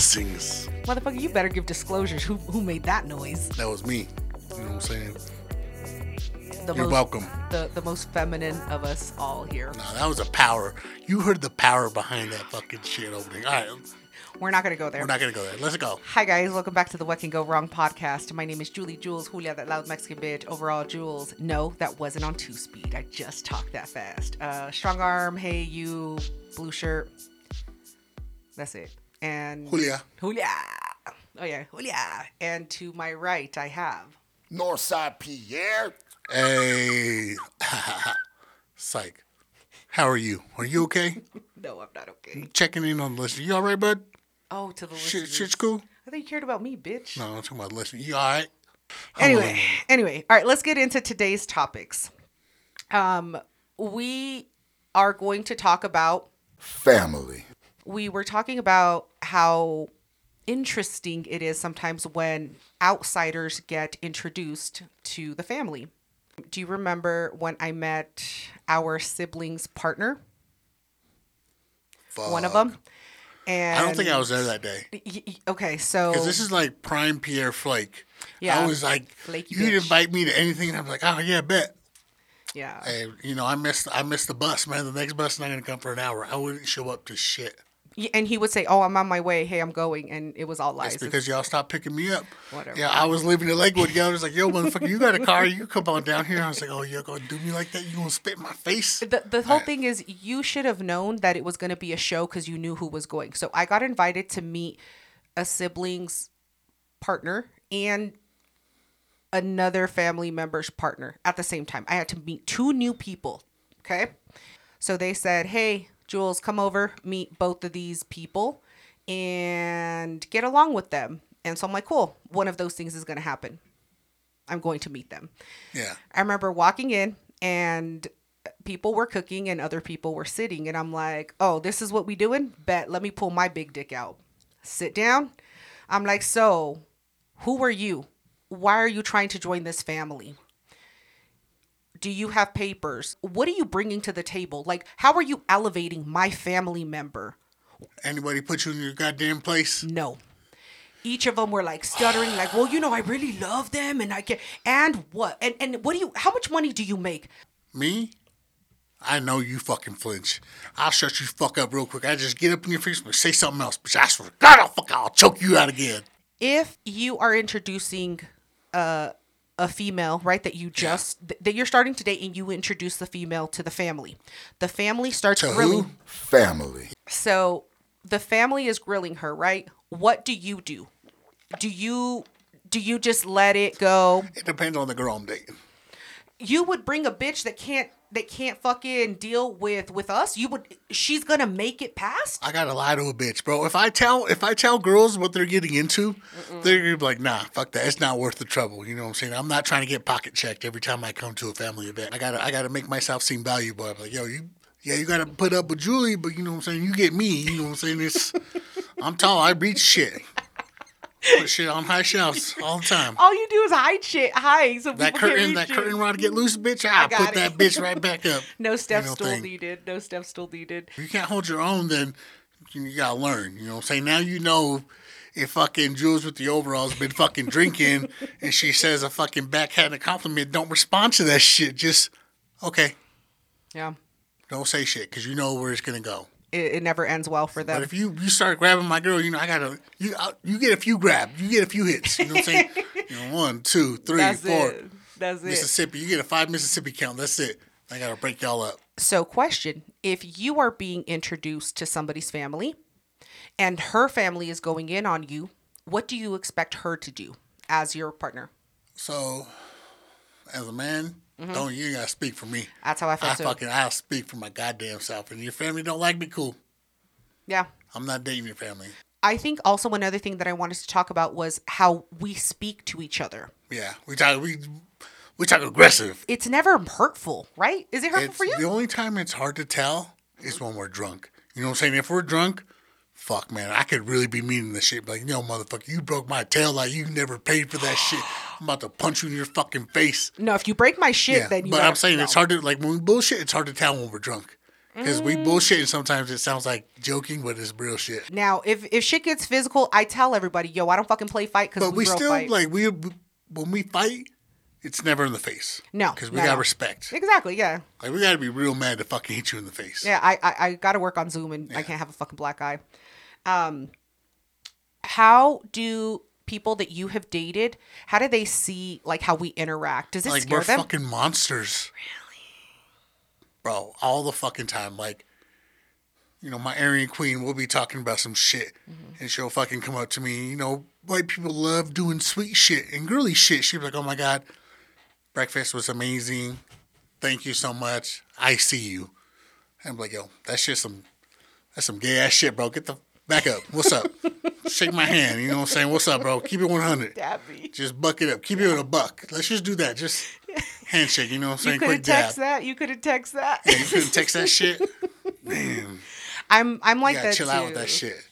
sings. Motherfucker, you better give disclosures. Who who made that noise? That was me. You know what I'm saying? The You're most, welcome. The the most feminine of us all here. Nah, that was a power. You heard the power behind that fucking shit opening. All right, We're not gonna go there. we're not gonna go there. Let's go. Hi guys, welcome back to the What Can Go Wrong podcast. My name is Julie Jules Julia, that loud Mexican bitch. Overall, Jules. No, that wasn't on two speed. I just talked that fast. Uh, strong arm. Hey, you blue shirt. That's it. And Julia, Julia. Oh yeah, Julia. And to my right, I have Northside Pierre. hey, psych. How are you? Are you okay? no, I'm not okay. Checking in on the listener. You all right, bud? Oh, to the Shit, listeners. shit's cool. I thought you cared about me, bitch. No, I'm talking about listening. You all right? anyway, anyway, all right, let's get into today's topics. Um, we are going to talk about Family. we were talking about how interesting it is sometimes when outsiders get introduced to the family. Do you remember when I met our sibling's partner, Fuck. one of them? And I don't think I was there that day. Y- y- Okay, so Because this is like prime Pierre Flake. Oh. Yeah. I was like, Flaky you'd bitch. invite me to anything, and I'm like, oh yeah, bet. yeah, And you know, I missed I missed the bus, man. The next bus not gonna come for an hour. I wouldn't show up to shit. Y- and he would say, "Oh, I'm on my way. Hey, I'm going," and it was all lies. It's because y'all stopped picking me up. Whatever. Yeah, I was living in Lakewood. Y'all was like, yo, motherfucker, you got a car, you come on down here. I was like, oh, you're gonna do me like that? You gonna spit in my face? the the whole thing is you should have known that it was going to be a show because you knew who was going. So I got invited to meet a sibling's partner and another family member's partner at the same time. I had to meet two new people. Okay, so they said, "Hey, Jules, come over, meet both of these people, and get along with them." And so I'm like, "Cool, one of those things is going to happen. I'm going to meet them." Yeah. I remember walking in and people were cooking and other people were sitting and I'm like, "Oh, this is what we doing? Bet let me pull my big dick out." Sit down. I'm like, "So, who are you? Why are you trying to join this family? Do you have papers? What are you bringing to the table? Like, how are you elevating my family member?" Anybody put you in your goddamn place? No. Each of them were like stuttering, like, well, you know, I really love them and I can and what? And and what do you how much money do you make? Me? I know you fucking flinch. I'll shut you fuck up real quick. I just get up in your face and say something else, bitch. I swear to God, I'll fuck, I'll choke you out again. if you are introducing uh, a female, right, that you just th- that you're starting to date and you introduce the female to the family, the family starts To grilling. who? Family. So the family is grilling her, right? What do you do? Do you do you just let it go? It depends on the girl I'm dating. You would bring a bitch that can't that can't fucking deal with with us. You would she's gonna make it past. I gotta lie to a bitch, bro. If I tell if I tell girls what they're getting into, they're gonna be like, nah, fuck that. It's not worth the trouble. You know what I'm saying? I'm not trying to get pocket checked every time I come to a family event. I gotta I gotta make myself seem valuable. I'm like, yo, you yeah, you gotta put up with Julie, but you know what I'm saying? You get me, you know what I'm saying? It's I'm tall, I reach shit. Put shit on high shelves all the time. All you do is hide shit, hide. So That people can't curtain, reach that you. curtain rod get loose, bitch. I, got put it. that bitch right back up. No steps know, still thing. needed. No steps still needed. If you can't hold your own, then you- you gotta learn. You know what I'm saying? Now you know if fucking Jules with the overalls been fucking drinking and she says a fucking backhanded compliment, don't respond to that shit. Just okay, Yeah. don't say shit because you know where it's gonna go. it, it never ends well for But them. if you you start grabbing my girl, you know I gotta you I, you get a few grabs, you get a few hits. You know what I'm saying? you know, one, two, three, That's four. it. That's it. Mississippi, you get a five Mississippi count. That's it. I gotta break y'all up. So, question if you are being introduced to somebody's family and her family is going in on you, what do you expect her to do as your partner? So, as a man, Mm-hmm. don't you ain't gotta speak for me. That's how I felt. I too. fucking I'll speak for my goddamn self. And your family don't like me, cool. yeah. I'm not dating your family. I think also another thing that I wanted to talk about was how we speak to each other. Yeah, we talk we we talk aggressive. It's never hurtful, right? Is it hurtful It's Oh, for you? the only time it's hard to tell is when we're drunk. You know what I'm saying? If we're drunk, fuck man, I could really be meaning this shit. Like, yo, motherfucker, you broke my tail like you never paid for that shit. I'm about to punch you in your fucking face. no, if you break my shit, Yeah, then you but gotta- I'm saying no. it's hard to like when we bullshit. It's hard to tell when we're drunk. Because Mm. we bullshit and sometimes it sounds like joking, but it's real shit. Now, if if shit gets physical, I tell everybody, yo, I don't fucking play fight because But we, we real still fight. like we when we fight, it's never in the face. No, because we no, got no. respect. exactly, yeah, Like we got to be real mad to fucking hit you in the face. yeah. I I, I got to work on Zoom and I can't have a fucking black eye. Um, how do people that you have dated? How do they see like how we interact? Does it like scare we're them? fucking monsters. Really, bro, all the fucking time. Like, you know, my Aryan queen will be talking about some shit, Mm-hmm. and she'll fucking come up to me. You know, white people love doing sweet shit and girly shit. She'd be like, "Oh my god, breakfast was amazing. Thank you so much. I see you." I'm like, "Yo, that's just some, that's some gay ass shit, bro. Get the back up. What's up? Shake my hand. You know what I'm saying? What's up, bro? Keep it 100. Dabby. Just buck it up. Keep it in a buck. Let's just do that. Just handshake. You know what I'm saying? You could have Quick text dab. that. You could have text that. Yeah, you couldn't text that shit. Man, I'm I'm you like gotta that chill too. out with that shit.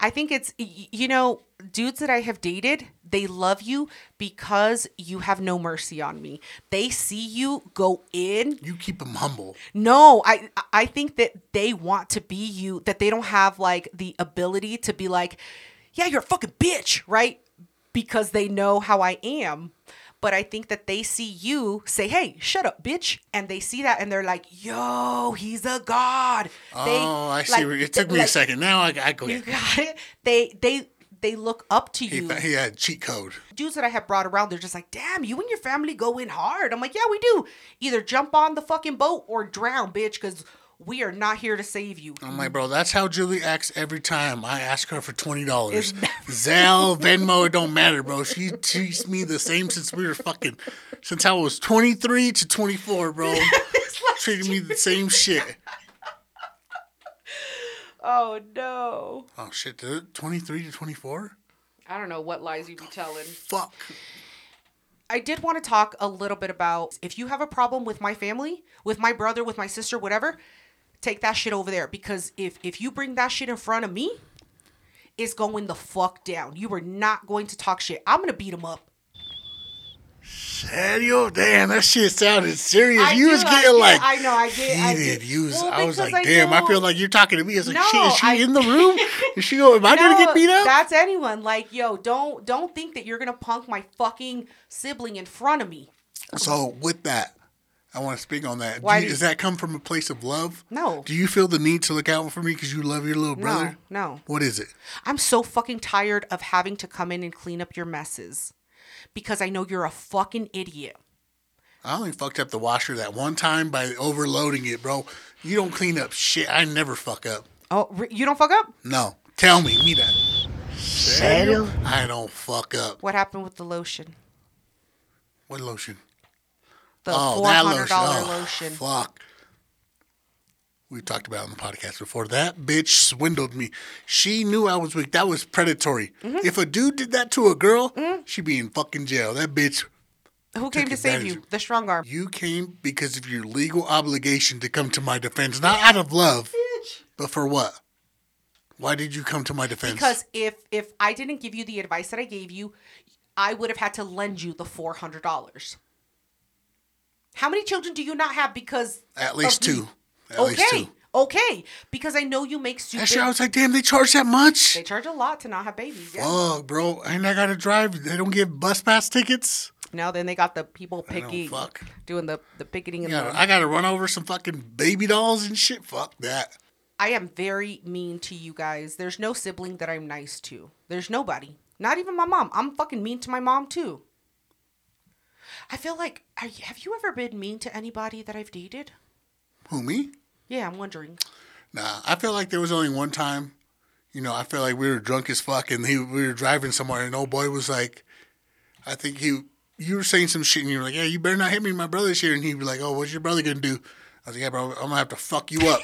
I think it's y- you know dudes that I have dated, they love you because you have no mercy on me. They see you go in. You keep them humble. No, I I think that they want to be you that they don't have like the ability to be like, yeah, you're a fucking bitch, right? Because they know how I am. But I think that they see you say, "Hey, shut up, bitch," and they see that and they're like, "Yo, he's a god." They- oh, I see. like, where- it took me a like, second. Now I, I go. you He, got it. They they they look up to you. fa- he had a cheat code. Dudes that I have brought around, they're just like, damn, you and your family go in hard. I'm like, yeah, we do. Either jump on the fucking boat or drown, bitch, because we are not here to save you. I'm like, bro, that's how Julie acts every time I ask her for twenty dollars. Zelle, Venmo, it don't matter, bro. She treats me the same since we were fucking, since I was 23 to 24, bro. Treating me the same shit. Oh no. Oh shit, dude. 23 to 24? I don't know what lies you be telling. Fuck. I did want to talk a little bit about if you have a problem with my family, with my brother, with my sister, whatever, take that shit over there because if if you bring that shit in front of me, it's going the fuck down. You are not going to talk shit. I'm going to beat him up. Daniel, damn, that shit sounded serious. I you do, was I getting do. like I know, I did, I heated. did. You was, Well, I was because like, I damn, I know- feel like you're talking to me. It's like, shit, No, is she I- in the room? Is she going, am I no, going to get beat up? That's anyone. Like, yo, don't don't think that you're gonna punk my fucking sibling in front of me. So with that, I want to speak on that. Do Why you- do- does that come from a place of love? No. Do you feel the need to look out for me because you love your little brother? no. What is it? I'm so fucking tired of having to come in and clean up your messes because I know you're a fucking idiot. I only fucked up the washer that one time by overloading it, bro. You don't clean up shit. I never fuck up. Oh, re- you don't fuck up. No. Tell me, me that. Daniel, I don't fuck up. What happened with the lotion? What lotion? The Oh, four that hundred lotion. dollar Oh, lotion. Fuck. We talked about it on the podcast before. That bitch swindled me. She knew I was weak. That was predatory. Mm-hmm. If a dude did that to a girl, she'd be in fucking jail. That bitch, Who came to save advantage you? of- The strong arm. you came because of your legal obligation to come to my defense, not out of love, but for what? Why did you come to my defense? Because if if I didn't give you the advice that I gave you, I would have had to lend you the four hundred dollars. How many children do you not have? Because at least of me? two. At okay, least two. okay. Because I know you make stupid. Actually, I was like, damn, they charge that much? they charge a lot to not have babies. Yeah. Oh, bro, ain't I gotta drive? They don't give bus pass tickets. Now then, they got the people picking, fuck. doing the the picketing. And Yeah, the, I gotta run over some fucking baby dolls and shit. Fuck that. I am very mean to you guys. There's no sibling that I'm nice to. There's nobody. Not even my mom. I'm fucking mean to my mom too. I feel like are you, have you ever been mean to anybody that I've dated? Who me? Yeah, I'm wondering. Nah, I feel like there was only one time. You know, I feel like we were drunk as fuck, and he, we were driving somewhere, and old boy was like, I think he, you were saying some shit, and you were like, yeah, you better not hit me. My brother's here, and he'd be like, oh, what's your brother gonna do? I was like, yeah, bro, I'm gonna have to fuck you up.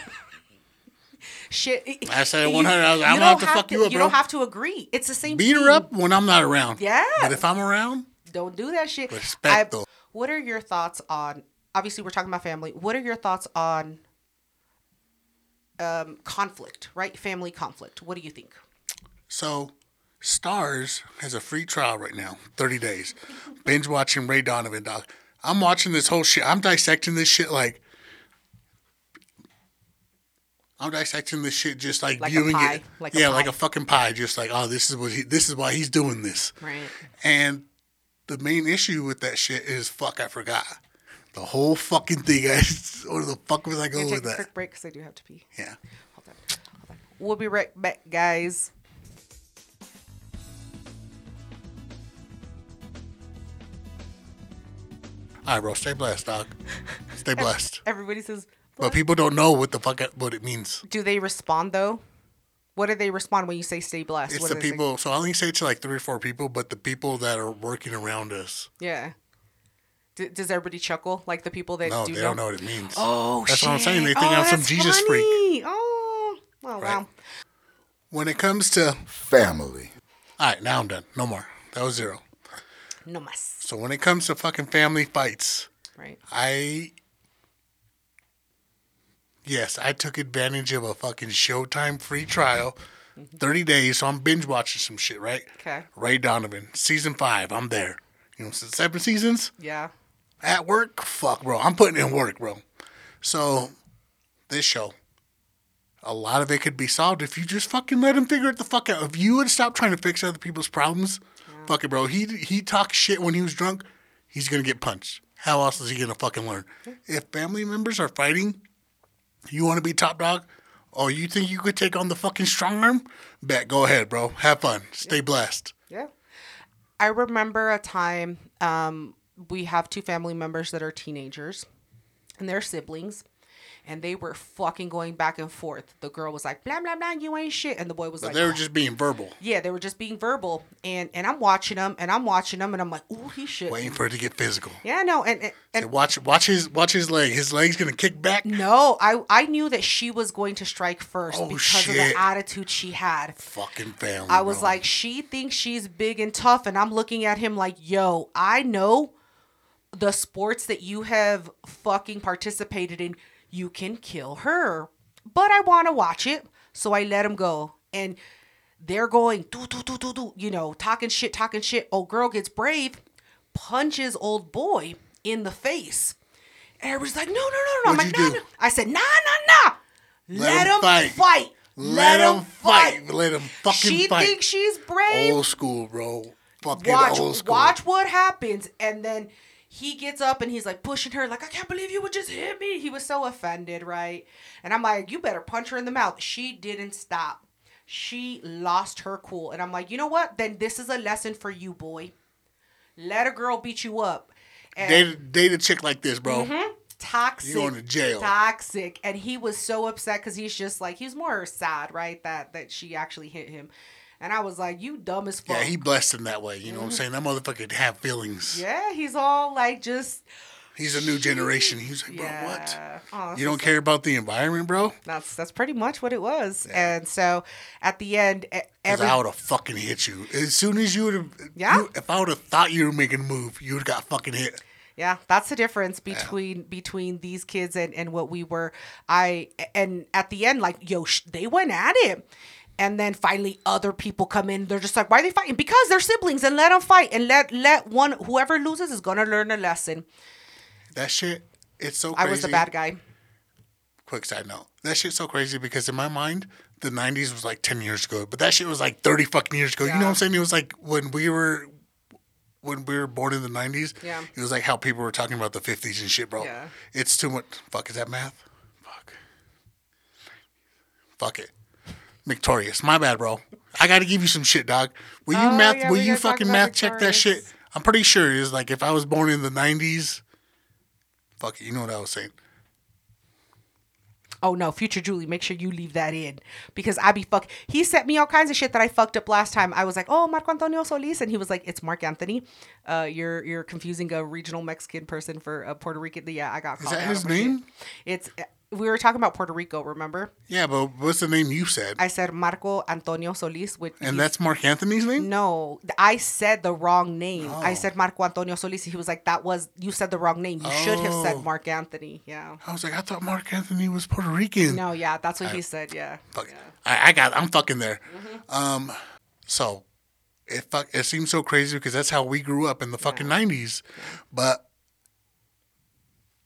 Shit. I said you- 100, I was like, you I'm gonna have don't to fuck you up, You bro. don't have to agree. It's the same. Beat her thing. up when I'm not around. Yeah. But if I'm around, Don't do that shit. Respect, I- though. What are your thoughts on? Obviously, we're talking about family. What are your thoughts on um, conflict? Right, family conflict. What do you think? So, Stars has a free trial right now, 30 days. Binge watching Ray Donovan, dog. I'm watching this whole shit. I'm dissecting this shit like I'm dissecting this shit, just like, Like a viewing pie, it. like a yeah, like pie. a fucking pie. Just like, oh, this is what he, this is why he's doing this. Right. And the main issue with that shit is fuck, I forgot. The whole fucking thing. I, where the fuck was I I'm going gonna with take that? a quick break because I do have to pee. Yeah. Hold on. Hold on. We'll be right back, guys. All right, bro. Stay blessed, dog. Stay blessed. Everybody says, But people don't know what the fuck what it means. do they respond though? What do they respond when you say stay blessed? It's What the do they say? people. So I only say it to like three or four people, but the people that are working around us. Yeah. D- does everybody chuckle? Like the people that No, do they know? don't know what it means. Oh, That's shit. what I'm saying. They think oh, I'm some that's Jesus freak. funny. Oh, oh wow. Right. When it comes to, all family, right, now I'm done. No more. That was zero. No mas. So when it comes to fucking family fights, Right. I, yes, I took advantage of a fucking Showtime free trial, Mm-hmm. 30 days. So I'm binge watching some shit, right? Okay. Ray Donovan, season five. I'm there. You know, seven seasons. Yeah. At work? Fuck, bro. I'm putting in work, bro. So, this show, a lot of it could be solved if you just fucking let him figure it the fuck out. If you would stop trying to fix other people's problems, fuck it, bro. He he talks shit when he was drunk. He's gonna get punched. How else is he gonna fucking learn? If family members are fighting, you want to be top dog. Oh, you think you could take on the fucking strong arm? Bet. Go ahead, bro. Have fun. Stay blessed. Yeah. I remember a time um, we have two family members that are teenagers and they're siblings. And they were fucking going back and forth. The girl was like, blah, blah, blah, you ain't shit. And the boy was like, They were just being verbal, yeah, they were just being verbal. And and I'm watching them and I'm watching them and I'm like, ooh, he should. waiting for it to get physical. Yeah, no. And, and, and Say, watch, watch his, watch his leg. His leg's gonna kick back. No, I I knew that she was going to strike first Oh, because of shit. the attitude she had. Fucking family. I was bro. like, she thinks she's big and tough, and I'm looking at him like, yo, I know the sports that you have fucking participated in. You can kill her, but I want to watch it, so I let him go. And they're going, do do do do do, you know, talking shit, talking shit. Old girl gets brave, punches old boy in the face. And everybody's like, no, no, no, What'd no. I'm like, you nah, do? nah. I said, nah, nah, nah. Let, 'em him fight. fight. Let, him fight. Let him fucking She fight. thinks she's brave. old school, bro. Fucking old watch, school. watch what happens. And then he gets up and he's like pushing her, like, I can't believe you would just hit me. He was so offended, right? And I'm like, you better punch her in the mouth. She didn't stop. She lost her cool. And I'm like, you know what? Then this is a lesson for you, boy. Let a girl beat you up. And Date, date a chick like this, bro. Mm-hmm. toxic. You going to jail. Toxic, and he was so upset because he's just like he's more sad, right? That that she actually hit him, and I was like, "You dumb as fuck." Yeah, he blessed him that way. You know what I'm saying? That motherfucker could have feelings. Mm-hmm. Yeah, he's all like just He's a new generation. He was like, bro, yeah. Aw, what? You don't care about the environment, bro? that's that's pretty much what it was. And so at the end, e- Because every I would have fucking hit you. As soon as you would have. Yeah. if I would have thought you were making a move, you would have got fucking hit. yeah, that's the difference between between these kids and and what we were. I and at the end, like yo, sh- they went at it. And then finally, other people come in. They're just like, "Why are they fighting?" Because they're siblings, and let them fight, and let let one whoever loses is gonna learn a lesson. That shit, it's so I crazy. was the bad guy. quick side note. That shit's so crazy because in my mind, the '90s was like 10 years ago, but that shit was like 30 fucking years ago. You know Yeah. what I'm saying? It was like when we were, when we were born in the '90s. Yeah. It was like how people were talking about the '50s and shit, bro. Yeah. It's too much. Fuck is that math? Fuck. Fuck it. Victorious. My bad, bro. I got to give you some shit, dog. Will you Oh, math? yeah, will we you gotta talk fucking about math check that shit? Victorious. I'm pretty sure it's like if I was born in the '90s. Fuck it. You know what I was saying. Oh no, future Julie, make sure you leave that in because I be fuck. He sent me all kinds of shit that I fucked up last time. I was like, oh Marco Antonio Solis, and he was like, it's Mark Anthony. Uh, you're you're confusing a regional Mexican person for a Puerto Rican. Yeah, I got. Called that out his on my shit. name? It's. We were talking about Puerto Rico. Remember, Yeah, but what's the name you said? I said Marco Antonio Solis, which And he- that's Mark Anthony's name? no, I said the wrong name. I Oh. said Marco Antonio Solis. He was like, that was you said the wrong name. You should have Oh. said Mark Anthony. Yeah. I was like, I thought Mark Anthony was Puerto Rican. Mm-hmm. No, yeah, that's what he said. Yeah. Mm-hmm. Fuck. I, I got I'm fucking there. Um so it fuck it seems so crazy because that's how we grew up in the fucking nineties. But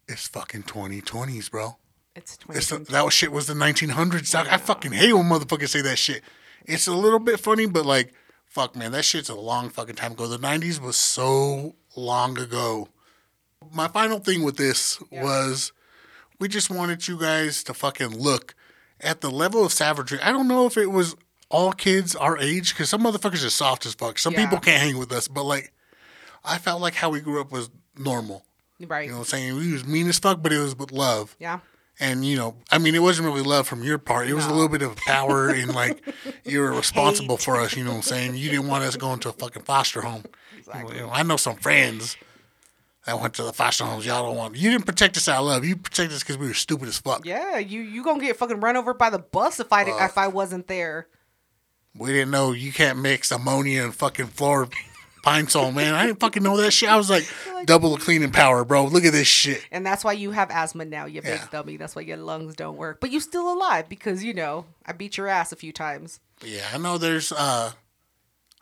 it's fucking twenty twenties, bro. It's It's 20. that shit was the 1900s. Doc. I fucking hate when motherfuckers say that shit. It's a little bit funny, but like, fuck, man, that shit's a long fucking time ago. The 90s was so long ago. My final thing with this was we just wanted you guys to fucking look at the level of savagery. I don't know if it was all kids our age, because some motherfuckers are soft as fuck. Some Yeah. people can't hang with us, but like, I felt like how we grew up was normal. Right. You know what I'm saying? We was mean as fuck, but it was with love yeah. and you know i mean it wasn't really love from your part it was a little bit of power and like you were responsible for us you know what i'm saying you didn't want us going to a fucking foster home You know, you know, i know some friends that went to the foster homes y'all don't want you didn't protect us out of love you protected us because we were stupid as fuck Yeah. You you gonna get fucking run over by the bus if I if I wasn't there. we didn't know you can't mix ammonia and fucking floor pine sol man i didn't fucking know that shit i was like double the cleaning power bro look at this shit And that's why you have asthma now, you big Yeah. dummy. That's why your lungs don't work. But you still alive because you know I beat your ass a few times. Yeah, I know there's uh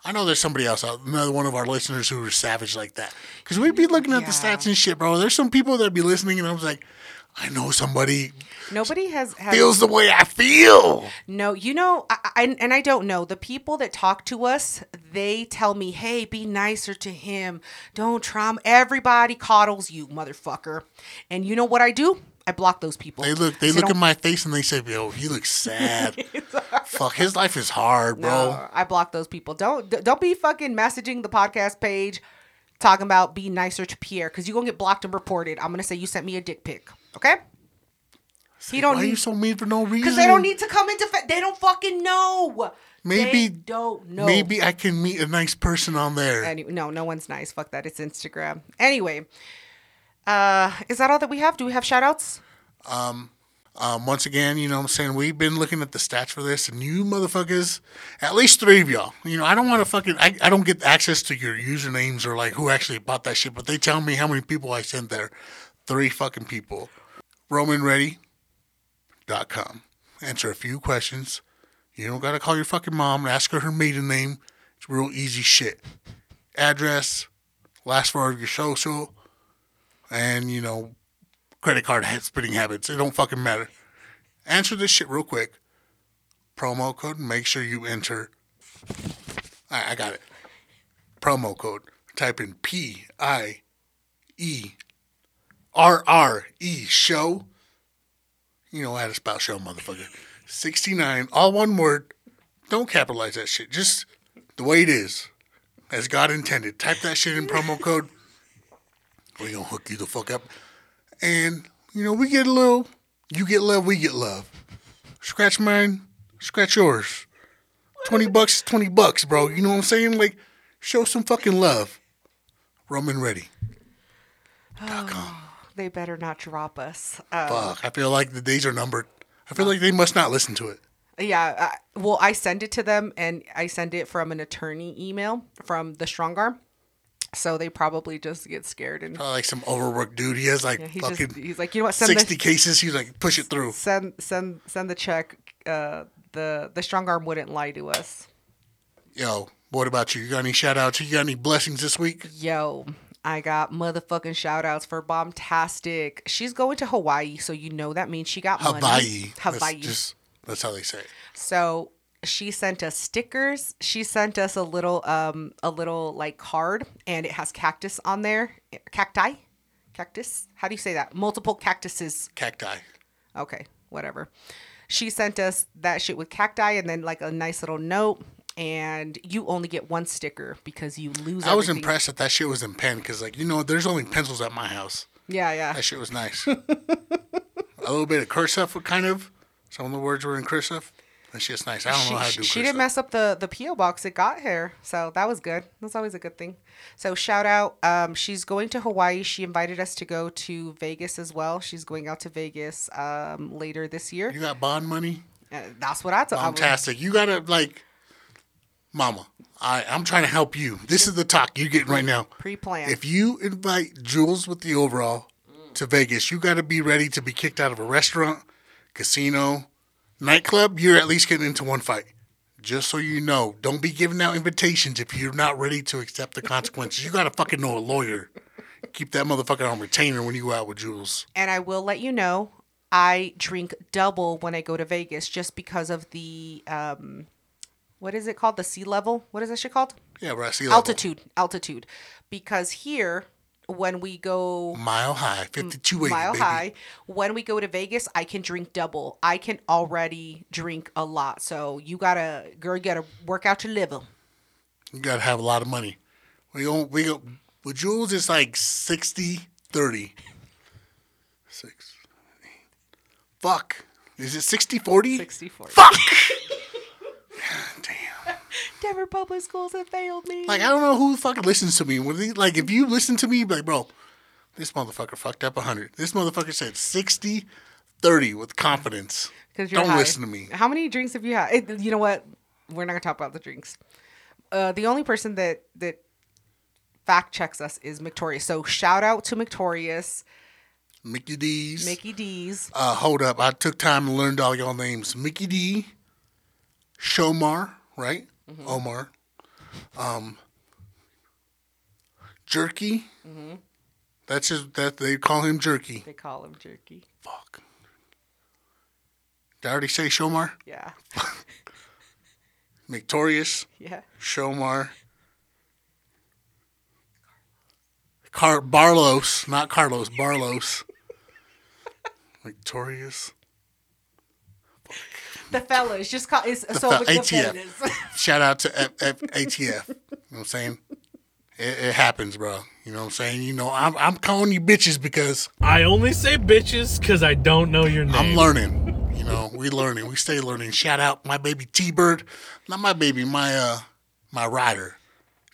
I know there's somebody else out, another one of our listeners who are savage like that. Cuz we'd be looking at the Yeah. stats and shit, bro. There's some people that be listening and I was like, I know somebody Nobody has, has feels the way I feel. No, you know, I, I, and- and I don't know. The people that talk to us, they tell me, hey, be nicer to him. Don't trauma. Everybody coddles you, motherfucker. And you know what I do? I block those people. They look they So look at don't- my face and they say, "Yo, he looks sad." Fuck, his life is hard, bro. No, I block those people. Don't d- don't be fucking messaging the podcast page talking about be nicer to Pierre because you're going to get blocked and reported. I'm going to say you sent me a dick pic. Okay? He don't Why are you need so mean for no reason? because they don't need to come into fa- they don't fucking know. Maybe- they don't know. Maybe I can meet a nice person on there. Any- no, no one's nice. Fuck that. It's Instagram. Anyway, uh, is that all that we have? Do we have shout outs? Um, once again, you know what I'm saying? We've been looking at the stats for this, and you motherfuckers, at least three of y'all, you know, I don't want to fucking, I, I don't get access to your usernames or like who actually bought that shit, but they tell me how many people I sent there. Three fucking people. RomanReady.com. Answer a few questions. You don't got to call your fucking mom and ask her her maiden name. It's real easy shit. Address, last four of your social, and, you know, credit card ha- spending habits. It don't fucking matter. Answer this shit real quick. Promo code. Make sure you enter. I, I got it. Promo code. Type in P I E R R E show. You know how to spell show, motherfucker. 69, all one word. Don't capitalize that shit. Just the way it is, as God intended. Type that shit in promo code. we going to hook you the fuck up and you know we get a little you get love we get love scratch mine scratch yours 20 bucks is 20 bucks bro you know what i'm saying like show some fucking love roman ready They better not drop us. Uh, fuck i feel like the days are numbered i feel like they must not listen to it yeah. I, well, I send it to them and I send it from an attorney email from the strong arm. So they probably just get scared and Probably Uh, like some overworked dude he has like he just, fucking he's like, you know what? Send 60 the, cases he's like push it through send, send, send the check. Uh, the, the strong arm wouldn't lie to us. yo what about you you got any shout outs you got any blessings this week Yo, I got motherfucking shout outs for Bombtastic. She's going to Hawaii, so you know that means she got hawaii money. Hawaii. that's just that's how they say it So she sent us stickers. She sent us a little um a little like card and it has cactus on there. Cacti? Cactus? How do you say that? Multiple cactuses cacti okay, whatever. She sent us that shit with cacti and then like a nice little note. And you only get one sticker because you lose. I was everything. impressed that that shit was in pen because, like, you know, there's only pencils at my house. Yeah, yeah. That shit was nice. a little bit of cursive, kind of. Some of the words were in cursive. That shit's nice. I don't know how to she, do she, she cursive. didn't mess up the the PO box. It got her, so that was good. That's always a good thing. So shout out. Um, she's going to Hawaii. She invited us to go to Vegas as well. She's going out to Vegas um later this year. you got bond money? Uh, that's what I told. I was- Fantastic. You gotta like, Mama. I I'm trying to help you. This is the talk you're getting right now. Pre-planned. If you invite Jules with the overall to Vegas, you gotta be ready to be kicked out of a restaurant, casino, nightclub. You're at least getting into one fight. Just so you know, don't be giving out invitations if you're not ready to accept the consequences. you gotta fucking know a lawyer. Keep that motherfucker on retainer when you go out with Jules. And I will let you know. I drink double when I go to Vegas just because of the um, what is it called? The sea level? What is that shit called? Yeah, we're at sea level. Altitude. Altitude. Because here, when we go Mile high, 52 mile baby. high, when we go to Vegas, I can drink double. I can already drink a lot. So you gotta, girl, you gotta work out your liver. You got to have a lot of money. We don't, we go, with Jules, it's like 60, 30. Six, eight. Fuck. Is it 60, 40? 64. Fuck! Damn. Denver public schools have failed me. Like I don't know who fucking listens to me. When they, like if you listen to me, be like bro, this motherfucker fucked up hundred. This motherfucker said 60, 30 with confidence. 'Cause you're don't high. listen to me. How many drinks have you had? It, you know what? We're not gonna talk about the drinks. Uh, the only person that that fact checks us is Victorious. So shout out to Victorious, Mickey D's. Mickey D's, Uh, hold up, I took time and learned all y'all names. Mickey D, Shomar, right? Omar, um, Jerky. That's just that they call him Jerky. they call him Jerky. Fuck. Did I already say Shomar? Yeah, Victorious. yeah. Shomar. Car Barlos, not Carlos, Barlos. Victorious. The fellas just call. It's so fel- much the ATF. fellas. Shout out to F- F- ATF. You know what I'm saying? It, it happens, bro. You know what I'm saying? You know, I'm, I'm calling you bitches because I only say bitches because I don't know your name. I'm learning. You know, we learning. We stay learning. Shout out my baby T Bird. Not my baby, my uh my rider.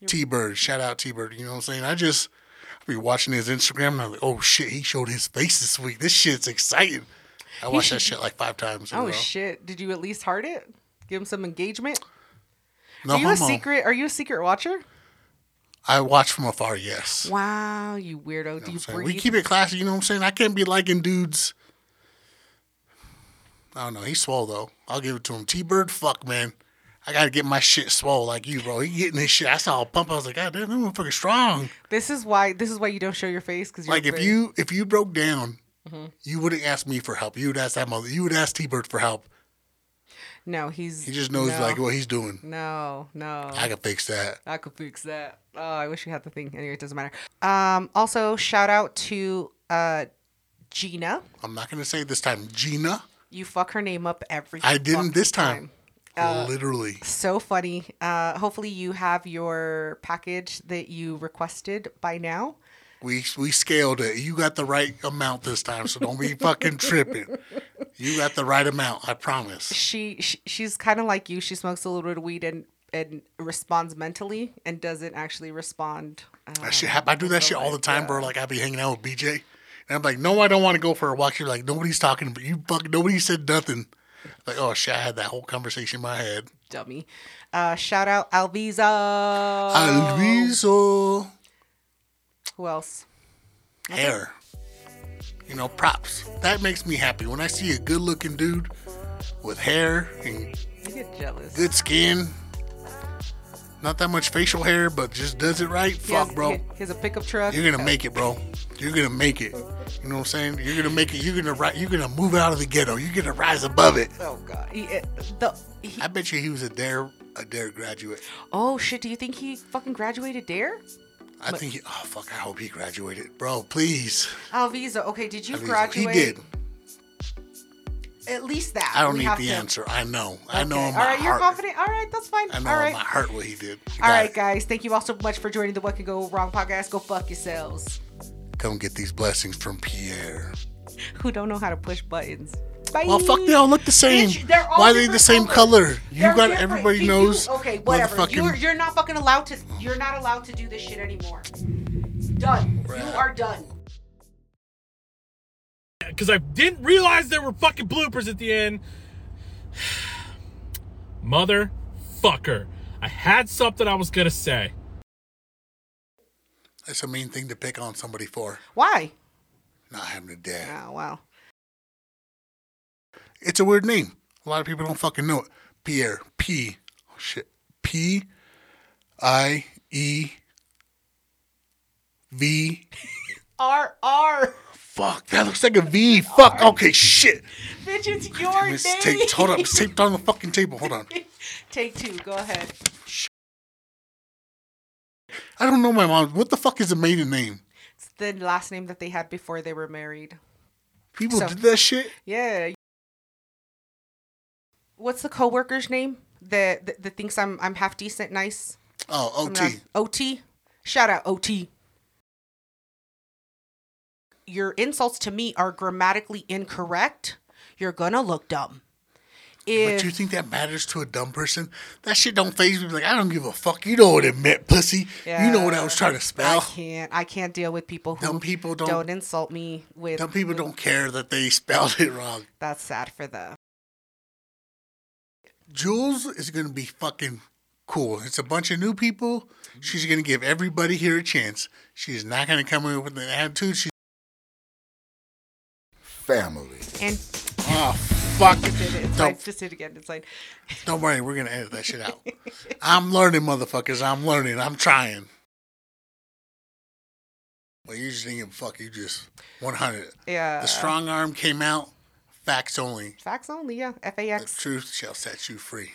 T Bird. Shout out T Bird. You know what I'm saying? I just I be watching his Instagram and I'm like, oh shit, he showed his face this week. This shit's exciting. I watched that shit like five times. in a Oh row. shit! Did you at least heart it? Give him some engagement. No are you homo. a secret? Are you a secret watcher? I watch from afar, yes. Wow, you weirdo! Do you So breathe? we keep it classy, you know what I'm saying? I can't be liking dudes. I don't know. He's swole though. I'll give it to him. T Bird, fuck man. I gotta get my shit swole like you, bro. He getting his shit. I saw a pump. I was like, God damn, that motherfucker strong. this is why. This is why you don't show your face because Like if you if you broke down, Mm-hmm. you wouldn't ask me for help. You would ask that mother. You would ask T Bird for help. No, he's He just knows no, like what he's doing. No, no, I can fix that. I could fix that. Oh, I wish we had the thing. Anyway, it doesn't matter. Um, also shout out to uh Gina. I'm not gonna say it this time, Gina. You fuck her name up every. I didn't fucking this time. Uh, Literally. So funny. Uh, hopefully you have your package that you requested by now. We we scaled it. You got the right amount this time, so don't be fucking tripping. You got the right amount, I promise. she, she she's kind of like you. She smokes a little bit of weed and and responds mentally and doesn't actually respond. Uh, That shit hap- I do that shit all the time, bro. Like I be hanging out with BJ, and I'm like, no, I don't want to go for a walk. You're like, nobody's talking, but you fuck, nobody said nothing. Like, oh shit, I had that whole conversation in my head. dummy. Uh, shout out Alviza. Uh, Alviso Who else? hair, you know, props. That makes me happy when I see a good looking dude with hair and You get jealous. good skin. Not that much facial hair, but just does it right. He has- Fuck, bro. He he has a pickup truck. You're gonna make it, bro. You're gonna make it. You know what I'm saying? You're gonna make it. You're gonna ri- You're gonna move out of the ghetto. You're gonna rise above it. Oh god. He, uh, the, he, I bet you he was a dare a dare graduate. oh shit. Do you think he fucking graduated there? I think. He, oh fuck! I hope he graduated, bro. Please. Alviza. Okay. Did you I mean, graduate? He did. At least that. I don't We need have the to- answer. I know. I know. Okay. In my All right. You're heart. confident. All right. That's fine. I know All in right. my heart what he did. You got All right, it. guys. Thank you all so much for joining the What Can Go Wrong podcast. Go fuck yourselves. Come get these blessings from Pierre. Who don't know how to push buttons. Bye. Well, Oh, fuck, they all look the same. Bitch, they're all Why are they the different same colors. color? You They're got different. everybody You- knows. You, okay, whatever. motherfucking- You're you're not fucking allowed to. You're not allowed to do this shit anymore. Done. You are done. because I didn't realize there were fucking bloopers at the end. Motherfucker. I had something I was gonna say. That's a mean thing to pick on somebody for Why? not having a dad. Oh wow. It's a weird name. A lot of people don't fucking know it. Pierre. P. Oh, shit. P. I. E. V. R R. Fuck, that looks like a V. Fuck. Okay, shit. Bitch, it's your name. It's taped. Hold up. It's taped on the fucking table. Hold on. Take two. Go ahead. I don't know my mom. What the fuck is the maiden name? It's the last name that they had before they were married. People So- did that shit. Yeah. What's the coworker's name that that, that thinks I'm I'm half decent, nice? Oh, I'm OT. not- OT. Shout out OT. Your insults to me are grammatically incorrect. You're gonna look dumb. But If do you think that matters to a dumb person? That shit don't phase me. Like I don't give a fuck. You know what it meant, pussy. You know what I was trying to I spell. can't, I can't deal with people who Dumb people don't- don't insult me with. Dumb people don't care that they spelled it wrong. That's sad for them. Jules is gonna be fucking cool. It's a bunch of new people. She's gonna give everybody here a chance. She's not gonna come in with an attitude. She's Family. And oh fuck. did it. It's Don't, fine. Just do it again. It's like don't worry, we're gonna edit that shit out. I'm learning, motherfuckers. I'm learning. I'm trying. Well, you just didn't give a fuck. You just 100. yeah. The strong arm came out. Facts only. Facts only. Yeah. The Fax. truth shall set you free.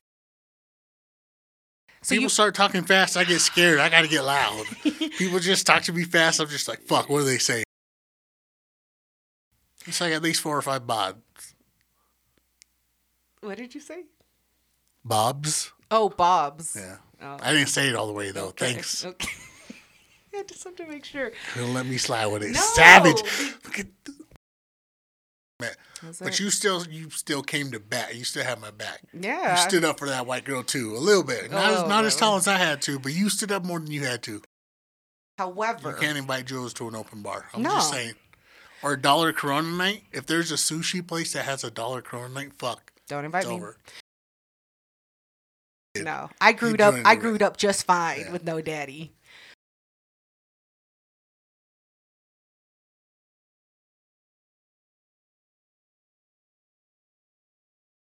So People you start talking fast, I get scared. I gotta get loud. People just talk to me fast. I'm just like, fuck. What do they say? It's like at least four or five bobs. what did you say? Bobs. Oh, Bob's. Yeah. Oh. I didn't say it all the way though. Okay, Thanks. Okay. I just have to make sure. Don't let me slide with it. No. Savage. Look at. th- Man, That's But it. you still, you still came to bat. You still had my back. yeah. You stood up for that white girl too, a little bit. Not Oh, as not as no. tall as I had to, but you stood up more than you had to. You However, can't invite Jules to an open bar. I'm No. just saying. Or a dollar Corona night. If there's a sushi place that has a dollar Corona night, fuck, don't invite it's me. over. No, I grew Keep up. doing I it. grew up just fine Yeah. with no daddy.